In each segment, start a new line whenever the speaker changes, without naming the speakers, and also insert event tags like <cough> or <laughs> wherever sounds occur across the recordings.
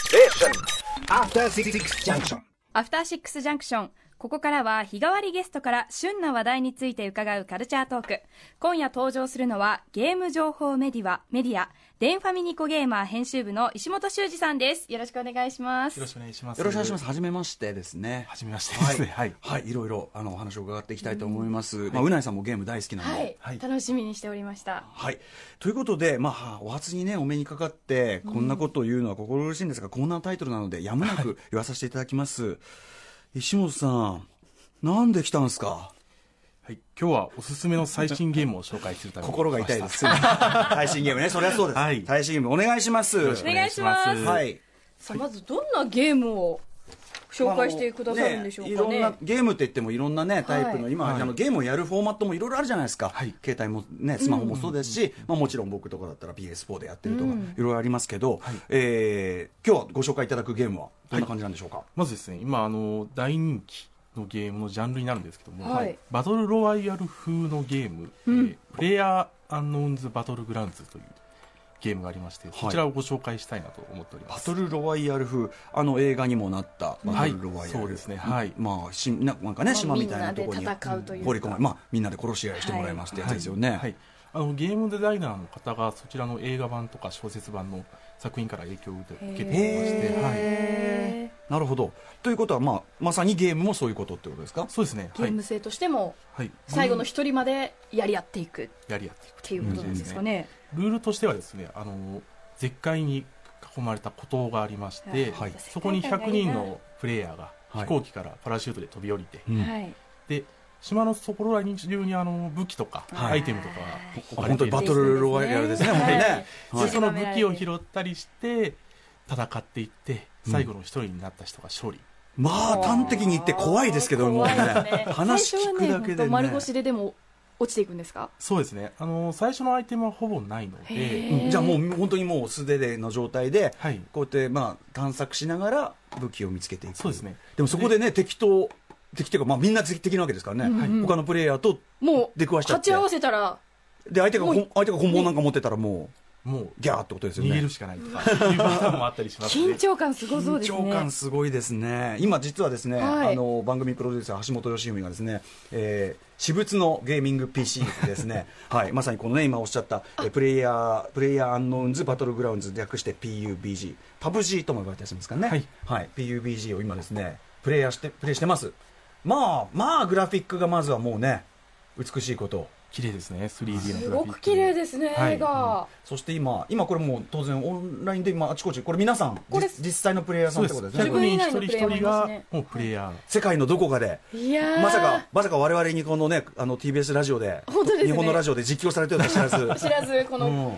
Station.
After Six Junction.
アフターシックスジャンクション。ここからは日替わりゲストから旬な話題について伺うカルチャートーク。今夜登場するのはゲーム情報メディア、メディア、デンファミニコゲーマー編集部の石本修二さんです。よろしくお願いします。
よろしくお願いします。
よろしくお願いします。。はじめましてですね。
はじめましてですね
はい、はい、いろいろ、あの、お話を伺っていきたいと思います。まあ、うないさんもゲーム大好きなんで。
はい、
はい
楽しみにしておりました。
はい、ということで、まあ、お初にね、お目にかかって、こんなことを言うのは心苦しいんですが、コーナータイトルなので、やむなく言わさせていただきます。石本さん、なんで来たんですか
はい、今日はおすすめの最新ゲームを紹介するために
心が痛いで。す。 <laughs> 配信ゲームね、そりゃそうです。
はい
配信ゲームお願いします。
よろしくお願いします。
お願いしま
はい。
さあまずどんなゲームを紹介してくださるんでしょう
あ
か
のねい
ね
ろんなゲームって言ってもいろんなねタイプの、
はい
今、あのゲームをやるフォーマットもいろいろあるじゃないですか、携帯もねスマホもそうですし、まあ、もちろん僕とかだったら PS4 でやってるとかいろいろありますけど、えー今日はご紹介いただくゲームはどんな感じなんでしょうか、
まずですね、今、あの、大人気のゲームのジャンルになるんですけども、
はい
はいバトルロワイヤル風のゲーム、えープレイヤーアンノーンズバトルグラウンズというゲームがありまして、そちらをご紹介したいなと思っておりま
バ
す。
トルロワイヤル風あの映画にもなったバ
は
ト
い
ルロワイヤル、
そうですねはい
まあ、しななんかね島みたいなところに
みんなで戦うというか
放り込まれまあ、みんなで殺し合いしてもらいますってやつですよね、
はい。あの、ゲームデザイナーの方がそちらの映画版とか小説版の作品から影響を受け受けておりまして、はい。
へ
なるほどということは、まあ、まさにゲームもそういうことってことですか
そうですね。
ーゲ
は
ー
い
ム。性としても
はい。
最後の一人までやり合っていくっ
やり合っていく
ていうことなんですかね、
ルールとしてはですねあの絶海に囲まれた孤島がありまして、
はい
そこに100人のプレイヤーが
はい
飛行機からパラシュートで飛び降りて、
うん
はい
で島のところらに中にあの武器とか
はい
アイテムとかが置
あ
かれて
本当
い
に
て、
バトルロワイヤルですね、本当にね。
でその武器を拾ったりして戦っていって最後の一人になった人が勝利、
まあ、端的に言って怖いですけどもね、
怖いですね
話
最
聞
初
く
はね
だけ
本
で
当丸腰
ね。
ででも落ちていくんですか
そうですねあの最初のアイテムはほぼないの
へ
で
ー
じゃあもう本当にもう素手での状態で、
はい
こうやってまあ探索しながら武器を見つけていく
そうですね
でもそこでね敵と敵っていうか、まあ、みんな敵敵なわけですからね、他のプレイヤーと
もう
出くわしちゃっ
勝
て
ち合わせたら
で相手がこん
もう
相手が本物なんか持ってたらも
もう
うギャーってことですよ
逃げ
ね
るしかないとかいうパターンもあったりしますので
緊張感すごそう
緊
ですね
張感すごいですね今実はですね、
はい
あの番組プロデューサー橋本良文がですね、えー私物のゲーミング PC ですね
<laughs>
はいまさにこのね今おっしゃったえープレイヤープレイヤーアンノーンズバトルグラウンズ略して PUBG パブ G とも呼ばれてるんですからね
はい、
PUBG を今ですねプレイヤーしてプレイしてますまあまあグラフィックがまずはもうね美しいこと
綺麗ですね 3D の
す
グラフィック
ごく綺麗ですね、
はい
絵が、
そして今今これもう当然オンラインで今あちこちこれ皆さん
これ
実実際のプレイヤーさ
そ
ん
う
っ
で
て
自
す
ことですね
100
分以
人
内のプ
1人
レイヤーもい
1人
ます
が
ね
もうプレイヤー、
世界のどこかで
いやー
まさか、まさか我々にこのね、あの TBS ラジオで、
本当ですね
日本のラジオで実況されてるのは知ら
<laughs>
ず。
知らずこの、
うん
へ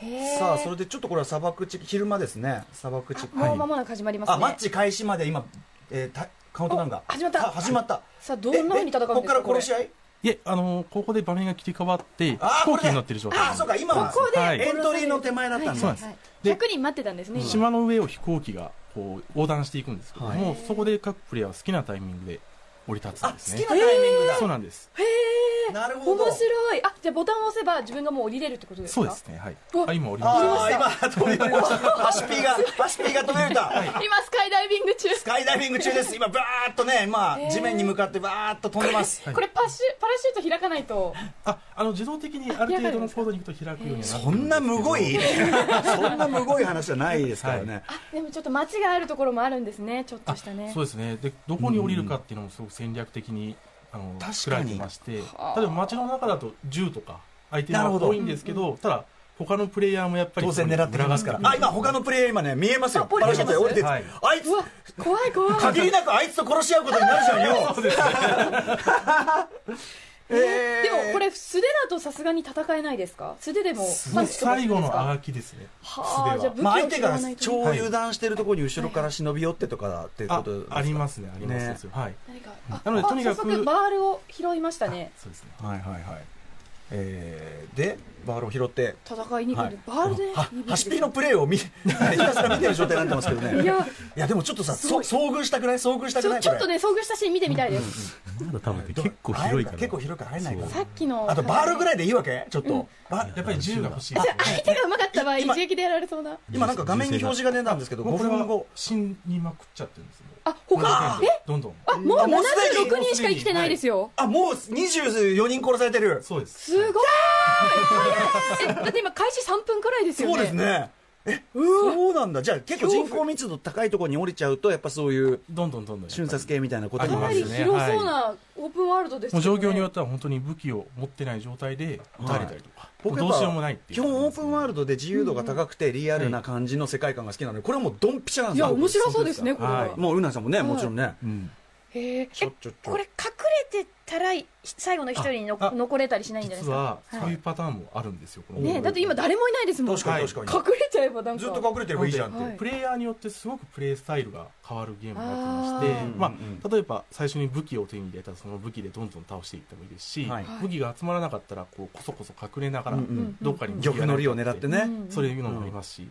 ー
さあ、それでちょっとこれは砂漠地区、昼間ですね、砂漠地区。
もう間
はい
もなく始まりますね、
あ、マッチ開始まで今、えーたカウントダウンが。
お始まった
あ始まった。
さあどんなふうに戦うんですか
ええここから殺し合い
いえ、あのここで場面が切り替わって、飛
あー
行機に乗ってる状態
これであーそうか今は
そうです
こ
は
こで
エ
い、
ントリーの手前だったん
そうなん
だ
です。で
100人待ってたんですね、今
島の上を飛行機がこう横断していくんですけども、そこで各プレイヤーは好きなタイミングで降り立つ
あ、
ん
好
です
き
ね
な。タイミングだ。
そうなんです。
なるほど。
面白いあじゃあボタンを押せば自分がもう降りれるってことですか
そうですね。はい。
お
あ、今降りました。
あー、今、飛び降りました。ハシピーが、ハシピーが飛び降りた。
今スカイダイビング中
スカイダイビング中です。今、バーっとね、まあ、地面に向かってバーっと飛んでます。
これパシュパラシュート開かないと
あ、あの自動的にある程度のコードに行くと開くようになってるんですけど
そんなむごいそんなむごい話じゃないですからね、
でもちょっと街があるところもあるんですねちょっとしたね
そうですね。で、どこに降りるかっていうのもすごく戦略的に、あの
かに
作られてまして、例えば街の中だと銃とかアイテム
なる
が
ほど
多いんですけど、ただ他のプレイヤーもやっぱり
当然狙ってきますからあ今他のプレイヤー今ね見えますよ
あ降りてます
パラシュートで降りてる
はい
あいつ
うわ怖い怖い
限りなくあいつと殺し合うことになるじゃん <laughs> よ
えーでもこれ素手だとさすがに戦えないですか素手でも
すごい最後のあ
は
がきですね。
あじゃあ武器
まあ
を
相手
使わ
が
ないと、
超油断してるところに後ろから忍び寄ってとかだっていうこ
あ
とですか
ありますね、あります、
ね
ですよはい。
何かあ
なので
あ
とにかく
早速バールを拾いましたね
そうですね。
はいはいはいえーでバールを拾って
戦いに行くんで、
は
バールで
は
リベンジ
端っぴのプレーを見 <laughs> ひたすら見てる状態になってますけどね
いや
いやでもちょっとさそ遭遇したくない遭遇した
ち
くな
ょ
い
ちょっと
ね
ね遭遇したシーン見てみたいです
まだ多分ね結構広いから
結構広く入らないか
さっきの
らあとバールぐ
い
らいでいいわけちょっと、バ
やっぱり銃が欲しい
相手が上手かった場合
今
一撃でやられそうな
今なんか画面に表示が出たんですけど
も
5
うこれ
分後
は死にまくっちゃってるんですね
あ他え
どんどん
あもう
あもうすでに
76人しか生きてないですよ
あもう24人殺されてる
そうです
すごい早いえだって今開始3分くらいですよね
そうですねえそうなんだじゃあ結構人口密度高いところに降りちゃうとやっぱそういう
どんどんどんどんやっぱり
瞬殺系みたいなことに
か
も
な
な
り
る
あ
広そうなオープンワールドです
もう
ね
状況によっては本当に武器を持ってない状態で撃たれたりとか、
僕や
ど
っ
う
ぱ
しようもないっていう
基本オープンワールドで自由度が高くてリアルな感じの世界観が好きなのでこれはもうドンピシャなん
い
ですよ
や面白そうですねこれ
はい
は
もううなさんもね
はい
もちろんね
うん、
へええ
ちょちょちょ
これ隠れてたらい最後の一人にの
ああ
残れたりしないんじゃないです
実
か
はそういうパターンもあるんですよ、この
ねえだって今誰もいないですもん
確かに確か
隠れちゃえばなん
に
か
ずっと隠れてればいいじゃんっていう
はい
プレイヤーによってすごくプレイスタイルが変わるゲームになってまして
あー
ま
うん
あ、例えば最初に武器を手に入れたらその武器でどんどん倒していってもいいですし、
はい
武器が集まらなかったらこうこそこそ隠れながら
うんうん
どっかに武器が
玉の利を狙ってね
うん
そういうのもありますし、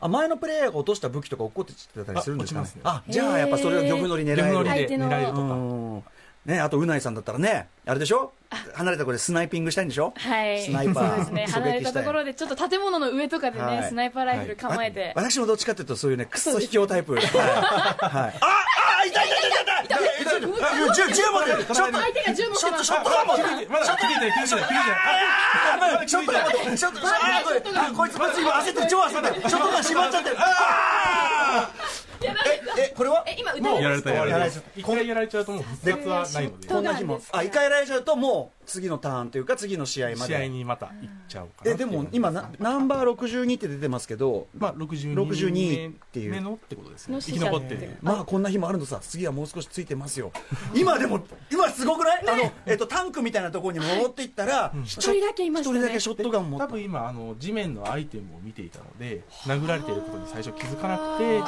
あ前のプレイヤーが落とした武器とか落っこってたりするんですか
あ
ね
落ちますね
あじゃあやっぱそれを玉の利狙える
逆乗り
相
で
手の
狙えるとか、
うんねあとうないさんだったらねあれでしょ離れたところでスナイピングしたいんでしょ
はい
スナイパー
そうですね
狙撃したい
離れたところでちょっと建物の上とかでね、
はい
スナイパーライフル構えて、
わ私もどっちかというとそういうねクソ卑怯タイプはいはいああ痛い痛い痛い痛い痛い痛い痛いあ銃銃持ってるショット
相手が銃持ってます
ショットガン持ってる
まだ気づいてない気づいてない気づいてない
ちょっと待って、ちょっと、あーこれあこいつまずい今焦ってる、超焦ってる、ちょっとが縛っちゃってる。あーえ、え、これは
え今歌
や
え
ら
ま
れ
す
たやられ
やら
た
れちゃった一回やられちゃうともう復活はないので
こんな日も、あ、一回やられちゃうと、もう次のターンというか、次の試合ま
試合
で。
にまた行っちゃおうかな
え、
って
で
いう
も、今、なナンバー62って出てますけど、
まあ、62,
62っていう
目のってことですね
の
生き残って
死者
る
まあこんな日もあるのさ次はもう少しついてますよ今でも今すごくない、あの、えっと、タンクみたいなところに戻っていったら一
一人だけいましたね
人だけショットガン持
多
って
分今あの地面のアイテムを見ていたので殴られてることに最初気づかなくて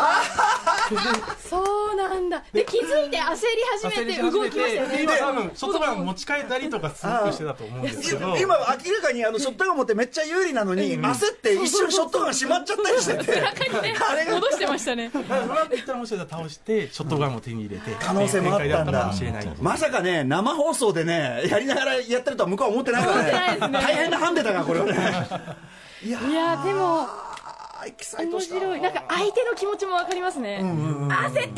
そうなんだで気づいて焦り始めて
焦り始
動
め
きましたよ
て
ね
今多分ショットガン持ち替えたりとかすごくしてたと思うんですけど
今明らかにあのショットガン持ってめっちゃ有利なのに、焦って一瞬ショットガンしまっちゃったりしててあれが
戻してましたね
だからうまくいったらもしかしたら倒してショットガンも手に入れて
可能性もあっ
展開
たん
か
だ
もしれない
まさかね生放送でねやりながらやってるとは向こうは思ってないからね大変なハンデだからこれはねいや
いやでも
ーエキサイト
面
した
白いなんか相手の気持ちもわかりますね、焦ってたんだろうな今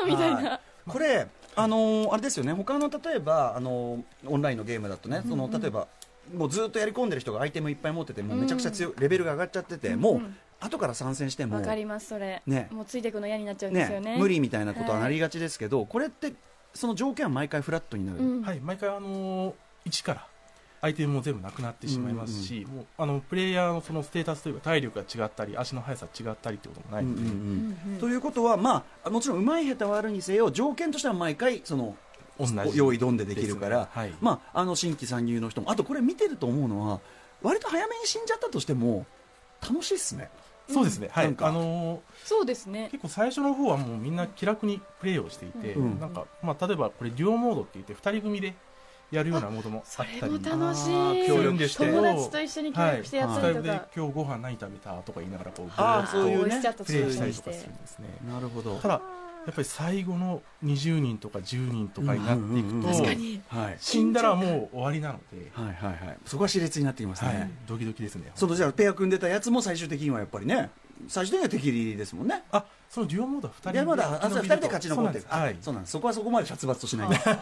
のみたいな
これあのーあれですよね他の例えばあのーオンラインのゲームだとねその例えばもうずっとやり込んでる人がアイテムいっぱい持っててもうめちゃくちゃ強いレベルが上がっちゃっててもう後から参戦しても
わかりますそれ、
ね
もうついていくの嫌になっちゃうんですよね
ね無理みたいなことはなりがちですけどこれってその条件は毎回フラットにな
う
る
ん
はい、毎回、あのー一からアイテムも全部なくなってしまいますし、もうあのプレイヤーのそのステータスというか体力が違ったり足の速さ違ったりってこともないので、
ということはまあもちろん上手い下手はあるにせよ条件としては毎回その
同じ
用意どんでできるから、
ですねはい
まあ、あの新規参入の人もあとこれ見てると思うのは割と早めに死んじゃったとしても楽しいっすね
そうですね、は
ないんか
あのー
そうですね
結構最初の方はもうみんな気楽にプレイをしていて、
うん
なんかまあ、例えばこれ、デュオモードって言って2人組でやるようなモードもあ
そ
っ
れ
たり
も。楽し
あー
い
協
力して
友達と一緒に協力してやっ
ス
た
タイ
りと
ル
か、
で今日ご飯何食べたとか言いながらこう
あー
ずっと
そういう
こ
ね
しちゃった
プ
り
レイ
と
した
か
り
し
とかす
て
るんですね
なるほど
ただやっぱり最後の20人とか10人とかになっていくと、
うんうんうん確か
に
はい、
死んだらもう終わりなので、
はいはいはいそこは熾烈になってきますね、
はい、ドキドキですね。
そのじゃあペア組んでたやつも最終的にはやっぱりね最終的には敵利ですもんね
あ、そのデュオモードは二人
でまだあそう二人で勝ち残ってる
そうなんです
そ
は
うなんですそこはそこまで殺伐としないんです
<laughs>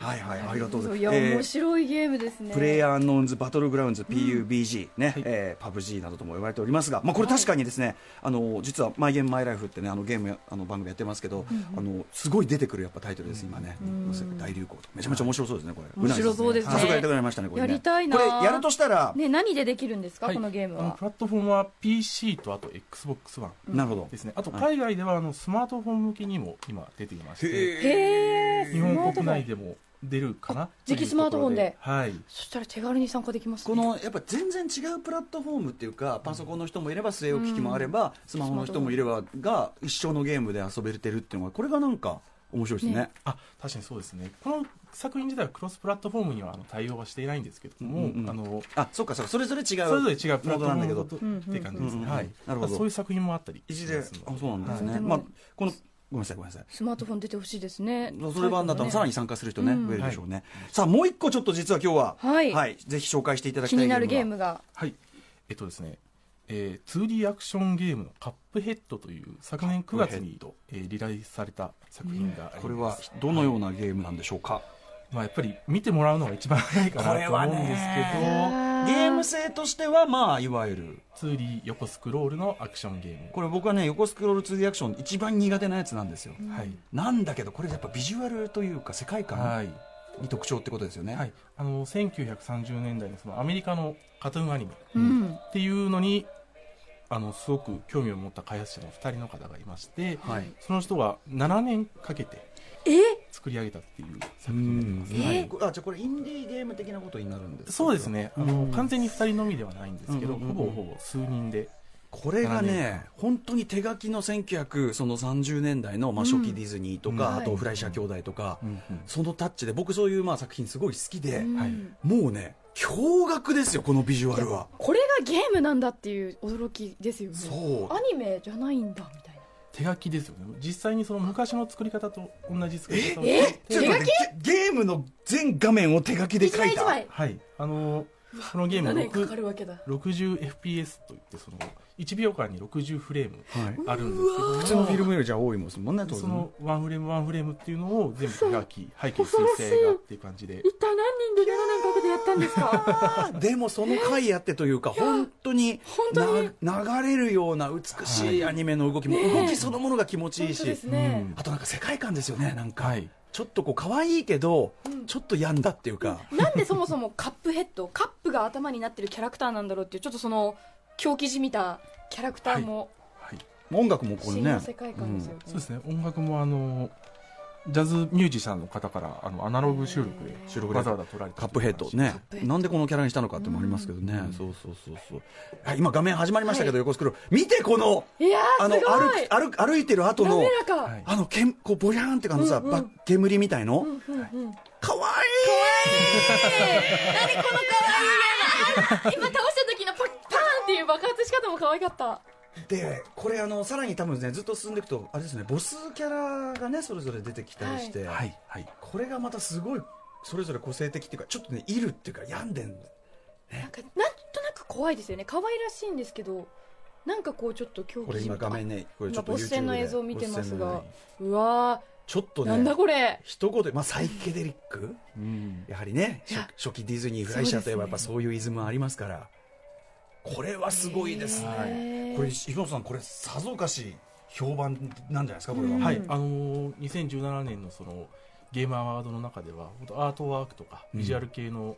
はいはいありがとうございます
いや、
えー
面白いゲームですね
プレイヤーノーンズバトルグラウンズ PUBG ね、えー、PUBG などとも呼ばれておりますが、まあ、これ確かにですね、あの実は「マイゲームマイライフってねあのゲームやあの番組やってますけど、あのすごい出てくるやっぱタイトルです今ね、大流行めちゃめちゃ面白そうですねこれ
面白そうですね
うなぎさん早速やりたくなりましたねこれね
やりたいな
これやるとしたら、
ね何でできるんですか、
いはい
このゲーム
あの
は
プラットフォームは PC とあと XBOX ワン
なるほど
ですね。あと海外ではあのスマートフォン向けにも今出ていまして、
へえ
日
スマ
本
ート
国
フォ
内
ン
でも出るかな
次期スマートフォンで
というところはい。
そしたら手軽に参加できます、ね、
このやっぱ全然違うプラットフォームっていうかパソコンの人もいれば据え置き機もあれば、スマホの人もいればが一生のゲームで遊べてるっていうのがこれがなんか面白いですね
ね
あ確かにそうですねこの作品自体はクロスプラットフォームにはあの対応はしていないんですけども、
うんうんうん
あの
あそうかそうかそれぞれ違う
それぞれ違うプラットフォーム
なんだけど
とって感じです
うんうんう
ね、
ん
はい
なるほど
そういう作品もあったり
一時であ
しますので
そうなんです
は
ね
い
まあこのごめんなさいごめんなさい
スマートフォン出てほしいですね。
それ版だったらさらに参加する人
う
ね、
ん
増えるでしょうね、さあもう一個ちょっと実は今日は
はい
ぜひ紹介していただき
気
たい
になるゲー
ム
ムが。
はいえっとですねえー、2D アクションゲームの「カップヘッド」という昨年9月に、えー、リリースされた作品がありま
が
す
これはどのようなゲームなんでしょうか、
まあ、やっぱり見てもらうのが一番早いかなと思うんですけど、
ゲーム性としてはまあいわゆる
2D 横スクロールのアクションゲーム
これ僕はね横スクロール 2D アクション一番苦手なやつなんですよ、
はい、
なんだけどこれやっぱビジュアルというか世界
は
観
い
に特徴ってことですよね、
はい、あの1930年代のそのアメリカのカトゥーンアニメ
うん。
っていうのにあのすごく興味を持った開発者の2人の方がいまして、
はい
その人が7年かけて
え
作り上げたっていう
う
作品になり
ん
ます、
はいこれあじゃあこれインディーゲーム的なことになるんですか
そうですねあの、
うん
完全に2人のみではないんですけど、
うんうんうん
ほぼほぼ数人で
これが
7
ね
年、
本当に手書きの1930年代の、まあ、初期ディズニーとか、
うん
あとフライシャー兄弟とか、
んうん
そのタッチで、僕、そういうまあ作品すごい好きで、
はい
もうね、驚愕ですよ、このビジュアルは。
これがゲームなんだっていう驚きですよね。
そう
アニメじゃないんだみたいな。
手書きですよね実際にその昔の作り方と同じ作り方を
ちょっと待ってゲゲームの全画面を手書きで
一
書
枚
い
一
た。
枚。
はいあのこのゲーム
7年
は
かか
6
るわけだ。
60fps といってその1秒間に60フレーム
はい
あるんですけども、
普通のフィルムよりじゃ多いもんね、当然
そのワンフレームワンフレームっていうのを全部手書き背景水星がっていう感じで
一体何人で7年かけてやったんですか
<laughs> あでもその回あってというか、本当に
本当に
な流れるような美しいアニメの動きも、動きそのものが気持ちいい
本当で
し
す。ね。
あとなんか世界観ですよね、なんか、
はい
ちょっとこう可愛いけど、ちょっと病んだっていうか、
なんでそもそもカップヘッド、カップが頭になってるキャラクターなんだろうっていう、ちょっとその狂気じみたキャラクターも、
音楽もこれ
新
ね
の、世界観ですよね。
そうですね音楽もあのジャズミュージシャンの方からあのアナログ収録で
収録で
わざわざ撮られた
カップヘッド
カッ
ね
プヘッド
なんでこのキャラにしたのかってのもありますけどね、そうそうそうそう、はい、今、画面始まりましたけど、横スクロール、見て、この、
いやー、
あの
すご
歩
い
く歩く歩いてる後の
滑、らか、
はい
あのけんこうボリャーンって感じのさ、ば煙みたいの、かわ
何この可 <laughs> 愛いゲームあの今倒した時のパッパーンっていう爆発し方も可愛かった
いいで、これあの、さらに多分ね、ずっと進んでいくと、あれですね、ボスキャラがね、それぞれ出てきたりして。
はいはい
これがまたすごいそれぞれ個性的っていうかちょっとねいるっていうか病んでん
なんかなんとなく怖いですよね可愛らしいんですけどなんかこうちょっと狂
こ
気
れ
じ
今
みた
画面ねこれち
今
ょっと
ボ
YouTube で
ス戦の映像を見てますが
ボス戦の
うわ
ちょっと
ーなんだ
ね
これ
一言でまあサイケデリック
うん
やはりね
いや
初初期ディズニーフライシャーといえばやっぱそういうイズムありますからこれはすごいですねこれ日野さんこれさぞかし評判なんじゃないですかこれは
は
はい
い、あのー2017年のそのゲームアワードの中では本当アートワークとかビジュアル系の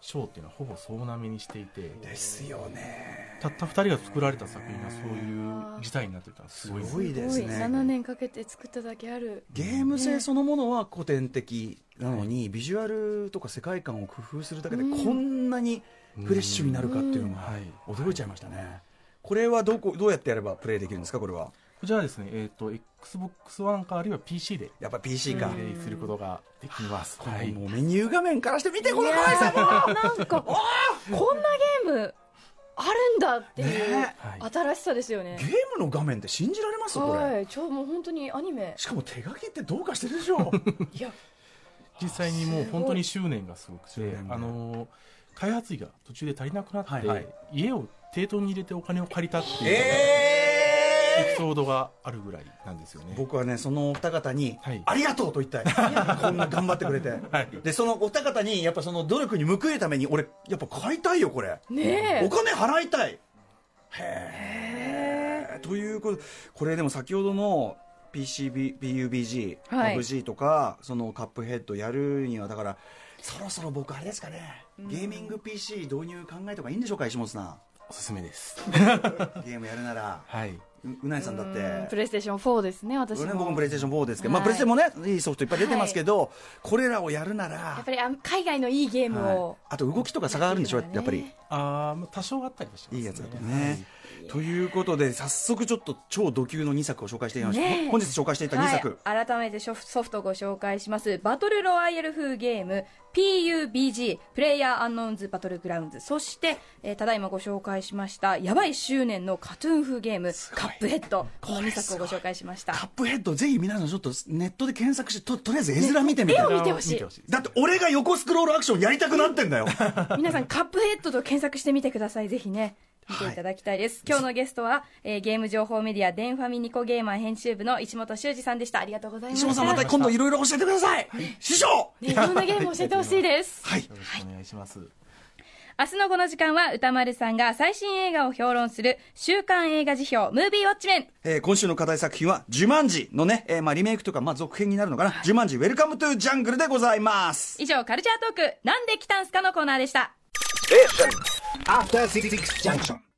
賞っていうのはほぼ総なめにしていて、
ですよね
たった2人が作られた作品がそういう事態になってたのはす
す
ごいです
ご
ね
いですす
ごい7
ね
年かけて作っただけある
ゲーム性そのものは古典的なのにビジュアルとか世界観を工夫するだけでこんなにフレッシュになるかっていうのが
うん
驚いちゃいましたね。これはどこどうやってやればプレイできるんですかこれは
こちらはですね、えっ、と、Xbox One かあるいは PC で
やっぱ PC か
プ。レイすることができます。
こ
は
れ
い。
もうメニュー画面からして見てこの
いや
怖さ
ーなん
<laughs>
かこんなゲームあるんだっていう
ね
はい
新しさですよね
ゲームの画面って信じられますこ
は
れ
いちょもう本当にアニメ
しかも手書きってどうかしてるでしょ
いや
実際にもう本当に執念がすごく
執念
て、
が
あのー開発費が途中で足りなくなって、
はいはい
家を抵当に入れてお金を借りたっていう、エピ
<laughs> ええ
ソードがあるぐらいなんですよね。
僕はねそのお二方に
はい
ありがとうと <laughs> 言いたいこんな頑張ってくれてでそのお二方にやっぱその努力に報いるために俺やっぱ買いたいよこれ
ねえ
お金払いたいへえということこれでも先ほどの PCB、PUBG、
はい
FG とかそのカップヘッドやるにはだからそろそろ僕あれですかねゲーミング PC 導入考えとかいいんでしょうか石本さ
おすすめ <laughs> です。
んゲームやるなら
はい。
ううなえさんだって
プレイステーション4ですね私
俺ね
も
僕もプレイステーション4ですけど、まあ、
は
プ
い
レステもねいいソフトいっぱい出てますけど、これらをやるなら
やっぱりあ海外のいいゲームを、
はいあと動きとか差があるんでしょやっぱり
あーまあ、多少あったりはします、
いいやつだとね、ということで早速ちょっと超ド級の2作を紹介してみました、
ねえ
本日紹介していた2作、
はい、改めてショフソフトをご紹介しますバトルロワイヤル風ゲーム PUBG プレイヤーアンノーンズバトルグラウンズそして、えーただいまご紹介しましたやばい執念のカトゥーン風ゲームカップヘッドこの2作をご紹介しました
カップヘッドぜひ皆さんちょっとネットで検索してととりあえず絵面見てみて、
絵を見てほしい
だって俺が横スクロールアクションやりたくなってんだよ
皆さんカップヘッドと検索してみてくださいぜひね見ていただきたいです、今日のゲストは、えーゲーム情報メディアデンファミニコゲーマー編集部の石本修二さんでしたありがとうございま
石
し
本さんまた
た
今度いろいろ教えてください師匠
ねいろんなゲーム教えてほしいです
はい
よろしくお願いします。
明日のこの時間は歌丸さんが最新映画を評論する週刊映画辞表ムービーウォッチメン
えー今週の課題作品は「ジュマンジ」のね、えーまあ、リメイクとか、まあ、続編になるのかな「ジュマンジウェルカムトゥジャングル」でございます
以上カルチャートークなんで来たんすかのコーナーでした
After Six Junction.